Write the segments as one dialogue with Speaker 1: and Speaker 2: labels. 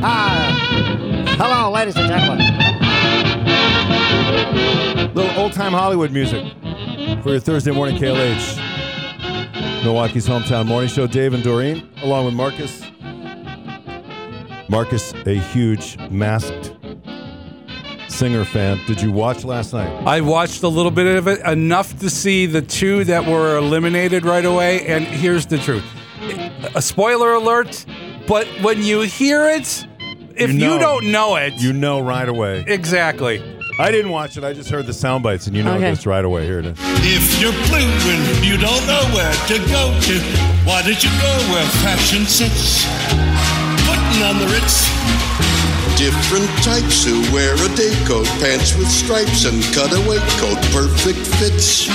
Speaker 1: Ah. ladies and gentlemen.
Speaker 2: Little old time Hollywood music for your Thursday morning KLH. Milwaukee's hometown morning show. Dave and Doreen, along with Marcus. Marcus, a huge masked singer fan. Did you watch last night?
Speaker 3: I watched a little bit of it, enough to see the two that were eliminated right away. And here's the truth a spoiler alert, but when you hear it, if
Speaker 2: You
Speaker 3: you,
Speaker 2: know.
Speaker 3: don't know it,
Speaker 2: You know right away.
Speaker 3: exactly.
Speaker 2: I didn't watch it. I just heard the sound bites, and you know
Speaker 1: Okay.
Speaker 2: this right away. Here it is.
Speaker 4: If you're blue and you don't know where to go to, why did you go where fashion sits? Putting on the Ritz.
Speaker 5: Different types who wear a day coat, pants with stripes and cutaway coat, perfect fits.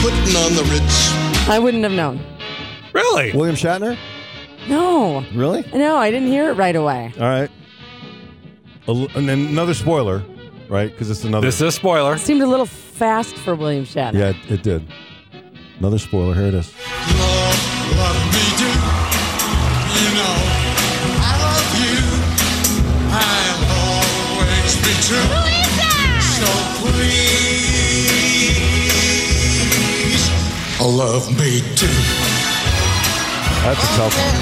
Speaker 5: Putting on the Ritz.
Speaker 1: I wouldn't have known.
Speaker 3: Really?
Speaker 2: William Shatner?
Speaker 1: No.
Speaker 2: Really?
Speaker 1: No, I didn't hear it right away.
Speaker 2: All right. A l- And then another spoiler, right? Because it's another.
Speaker 3: This is a spoiler.
Speaker 1: Seemed a little fast for William Shatner.
Speaker 2: yeah, it, it did. Another spoiler. Here it is.
Speaker 4: Love, love me do. You know, I love you. I'll always be true. So please, love me too.
Speaker 2: That's a tough one.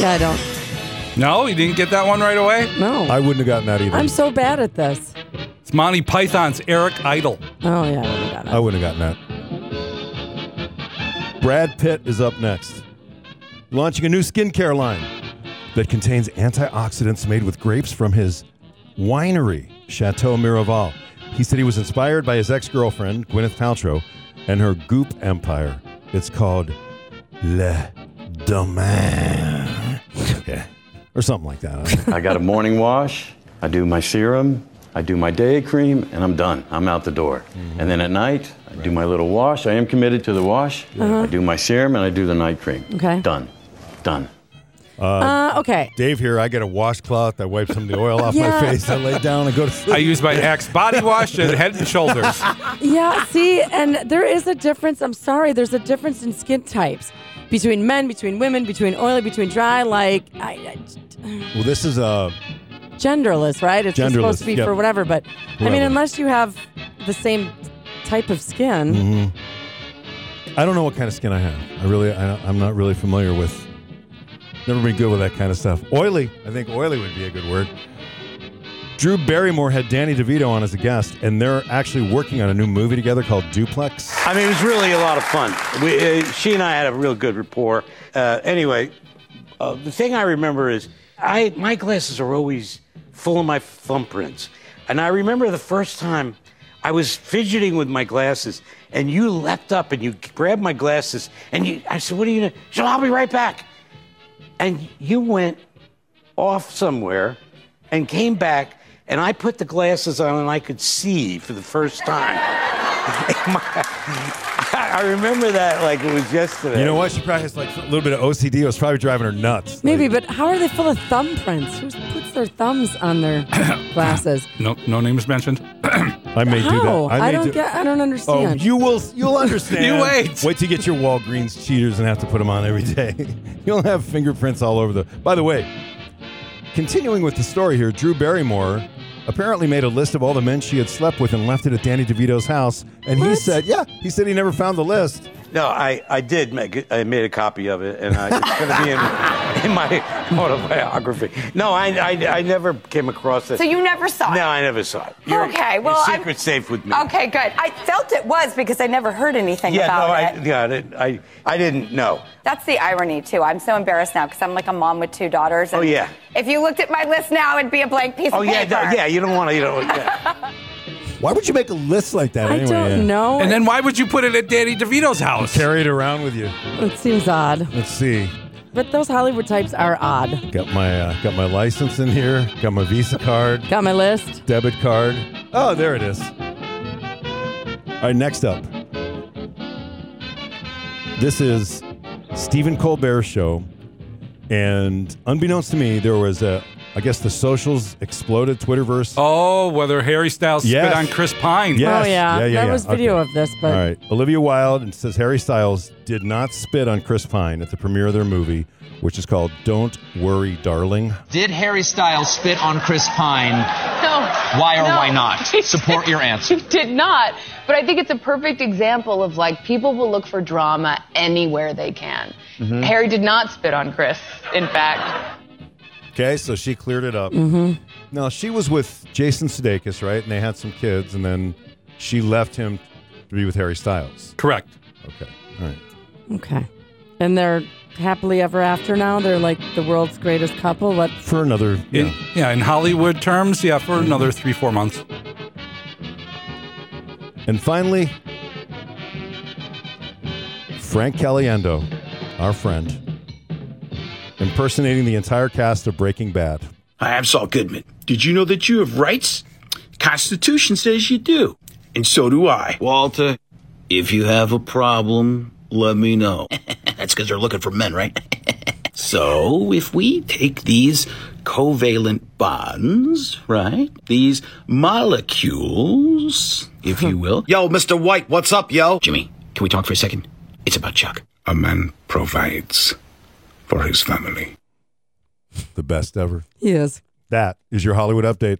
Speaker 1: Yeah, I don't
Speaker 3: No, you didn't get that one right away?
Speaker 1: know.
Speaker 2: I wouldn't have gotten that either.
Speaker 1: I'm so bad at this.
Speaker 3: It's Monty Python's Eric Idle.
Speaker 1: Oh, yeah, I wouldn't have
Speaker 2: I
Speaker 1: gotten it.
Speaker 2: wouldn't have gotten that. Brad Pitt is up next, launching a new skincare line that contains antioxidants made with grapes from his winery, Chateau Miraval. He said he was inspired by his ex girlfriend, Gwyneth Paltrow, and her goop empire. It's called Le Domaine. Yeah. Or something like that. I don't know.
Speaker 6: I got a morning wash, I do my serum, I do my day cream, and I'm done. I'm out the door. And then at night, I do my little wash. I am committed to the wash. I do my serum and I do the night cream.
Speaker 1: Okay.
Speaker 6: Done. Done.
Speaker 1: Uh, okay.
Speaker 2: Dave here, I get a washcloth. I wipe some of the oil off
Speaker 1: Yeah.
Speaker 2: my face. I lay down and go to sleep.
Speaker 3: I use my Axe body wash and head and shoulders.
Speaker 1: Yeah, see, and there is a difference. I'm sorry, there's a difference in skin types between men, between women, between oily, between dry. Like, I,
Speaker 2: well, this is uh, a.
Speaker 1: I, genderless, right? It's just supposed
Speaker 2: Genderless,
Speaker 1: to be
Speaker 2: yep.
Speaker 1: for whatever. But I mean,
Speaker 2: Whatever.
Speaker 1: unless you have the same type of skin,
Speaker 2: I don't know what kind of skin I have. I really, I, I'm not really familiar with. Never been good with that kind of stuff. Oily, I think oily would be a good word. Drew Barrymore had Danny DeVito on as a guest, and they're actually working on a new movie together called Duplex.
Speaker 7: I mean, it was really a lot of fun. We, uh, she and I had a real good rapport. Uh, anyway, uh, the thing I remember is I my glasses are always full of my thumbprints, and I remember the first time I was fidgeting with my glasses, and you leapt up and you grabbed my glasses, and you, I said, "What are you doing?" She said, "I'll be right back," and you went off somewhere and came back. And I put the glasses on and I could see for the first time. I remember that like it was yesterday.
Speaker 2: You know what? She probably has like a little bit of OCD. It was probably driving her nuts.
Speaker 1: maybe.
Speaker 2: Like,
Speaker 1: But how are they full of thumbprints? Who puts their thumbs on their glasses?
Speaker 3: No, no names mentioned.
Speaker 2: I may do
Speaker 1: How?
Speaker 2: that.
Speaker 1: I,
Speaker 2: may
Speaker 1: don't
Speaker 2: do-
Speaker 1: get. I don't
Speaker 2: Oh,
Speaker 1: understand.
Speaker 2: you will. You'll understand.
Speaker 3: You wait.
Speaker 2: Wait till you get your Walgreens cheaters and have to put them on every day. You'll have fingerprints all over the. By the way, continuing with the story here, Drew Barrymore apparently made a list of all the men she had slept with and left it at Danny DeVito's house. And he
Speaker 1: What?
Speaker 2: said, "Yeah." He said he never found the list.
Speaker 7: No, I, I did make it, I made a copy of it, and I, it's going to be in, in my autobiography. No, I, I, I never came across it.
Speaker 8: So you never saw it?
Speaker 7: No, I never saw it.
Speaker 8: okay, well,
Speaker 7: your
Speaker 8: I'm-
Speaker 7: secret's safe with me.
Speaker 8: Okay, good. I felt it was because I never heard anything
Speaker 7: Yeah,
Speaker 8: about
Speaker 7: no,
Speaker 8: it.
Speaker 7: I got it. I, I didn't know.
Speaker 8: That's the irony too. I'm so embarrassed now because I'm like a mom with two daughters.
Speaker 7: Oh,
Speaker 8: and
Speaker 7: yeah.
Speaker 8: If you looked at my list now, it'd be a blank piece
Speaker 7: Oh
Speaker 8: of
Speaker 7: yeah,
Speaker 8: paper.
Speaker 7: no, yeah. You don't want to, you know. Yeah.
Speaker 2: Why would you make a list like that?
Speaker 1: I
Speaker 2: anyway?
Speaker 1: don't
Speaker 2: Yeah.
Speaker 1: know.
Speaker 3: And then why would you put it at Danny DeVito's house?
Speaker 2: Carry it around with you.
Speaker 1: it seems odd.
Speaker 2: Let's see.
Speaker 1: But those Hollywood types are odd.
Speaker 2: Got my uh, got my license in here. Got my Visa card.
Speaker 1: Got my list.
Speaker 2: debit card. Oh, there it is. All right, next up. This is Stephen Colbert's show, and unbeknownst to me, there was a I guess the socials exploded, Twitterverse.
Speaker 3: Oh, whether Harry Styles
Speaker 2: Yes.
Speaker 3: spit on Chris Pine.
Speaker 1: Oh,
Speaker 2: Yes.
Speaker 1: yeah.
Speaker 2: yeah,
Speaker 1: There
Speaker 2: yeah.
Speaker 1: was video
Speaker 2: Okay.
Speaker 1: of this, but
Speaker 2: All right. Olivia Wilde and says Harry Styles did not spit on Chris Pine at the premiere of their movie, which is called Don't Worry, Darling.
Speaker 7: Did Harry Styles spit on Chris Pine? No. Why or why not? Support your answer.
Speaker 8: Did not. But I think it's a perfect example of like people will look for drama anywhere they can.
Speaker 7: Mm-hmm.
Speaker 8: Harry did not spit on Chris, in fact.
Speaker 2: Okay, so she cleared it up. Now she was with Jason Sudeikis, right? And they had some kids, and then she left him to be with Harry Styles.
Speaker 3: Correct.
Speaker 2: Okay, all right.
Speaker 1: okay. And they're happily ever after now. They're like the world's greatest couple. What?
Speaker 2: For another,
Speaker 3: In,
Speaker 2: yeah.
Speaker 3: yeah. in Hollywood terms, yeah, for another three, four months.
Speaker 2: and finally, Frank Caliendo, our friend, impersonating the entire cast of Breaking Bad.
Speaker 6: Hi, I'm Saul Goodman. Did you know that you have rights? Constitution says you do, and so do I.
Speaker 7: Walter, if you have a problem, let me know. That's because they're looking for men, right? so, if we take these covalent bonds, right? These molecules, if you will. yo, Mr. White, what's up, yo? Jimmy, can we talk for a second? It's about Chuck.
Speaker 6: A man provides for his family.
Speaker 2: The best ever.
Speaker 1: Yes.
Speaker 2: That is your Hollywood update.